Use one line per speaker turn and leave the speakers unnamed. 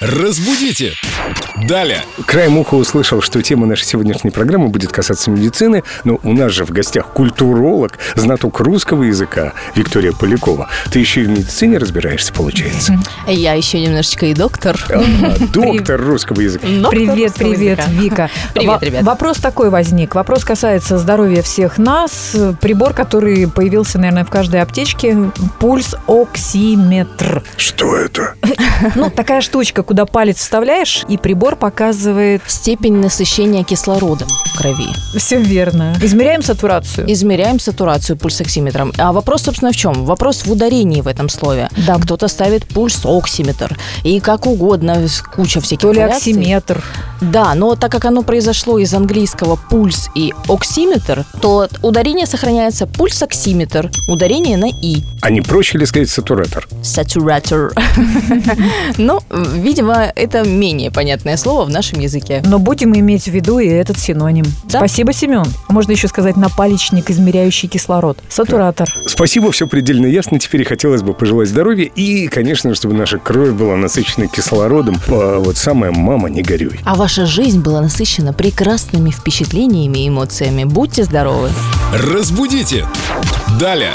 Разбудите! Далее!
Краем уха услышал, что тема нашей сегодняшней программы будет касаться медицины, но у нас же в гостях культуролог, знаток русского языка Виктория Полякова. Ты еще и в медицине разбираешься, получается?
Я еще немножечко и доктор.
А, Доктор русского языка.
Доктор
Привет,
русского
привет,
языка.
Вика.
Привет,
Во-
ребят.
Вопрос такой возник. Вопрос касается здоровья всех нас. Э, Прибор, который появился, наверное, в каждой аптечке, пульс-оксиметр.
Что это?
Ну, такая штучка, куда палец вставляешь, и прибор показывает
Степень насыщения кислородом в крови.
все верно. Измеряем сатурацию.
Измеряем сатурацию пульсоксиметром. А вопрос, собственно, в чем? Вопрос в ударении в этом слове.
Да.
Кто-то ставит пульсоксиметр и как угодно, с- куча всяких
То ли
вариаций.
оксиметр.
Да, но так как оно произошло из английского пульс и оксиметр, то ударение сохраняется пульсоксиметр, ударение на и.
А не проще ли сказать сатуратор?
Сатуратор. Ну, видимо, это менее понятное слово в нашем языке.
Но будем иметь в виду и этот синоним.
Да.
Спасибо, Семен. Можно еще сказать напалечник, измеряющий кислород. Сатуратор.
Спасибо, все предельно ясно. Теперь хотелось бы пожелать здоровья и, конечно, чтобы наша кровь была насыщена кислородом. А вот самая мама, не горюй.
А ваша жизнь была насыщена прекрасными впечатлениями и эмоциями. Будьте здоровы!
Разбудите! Далее!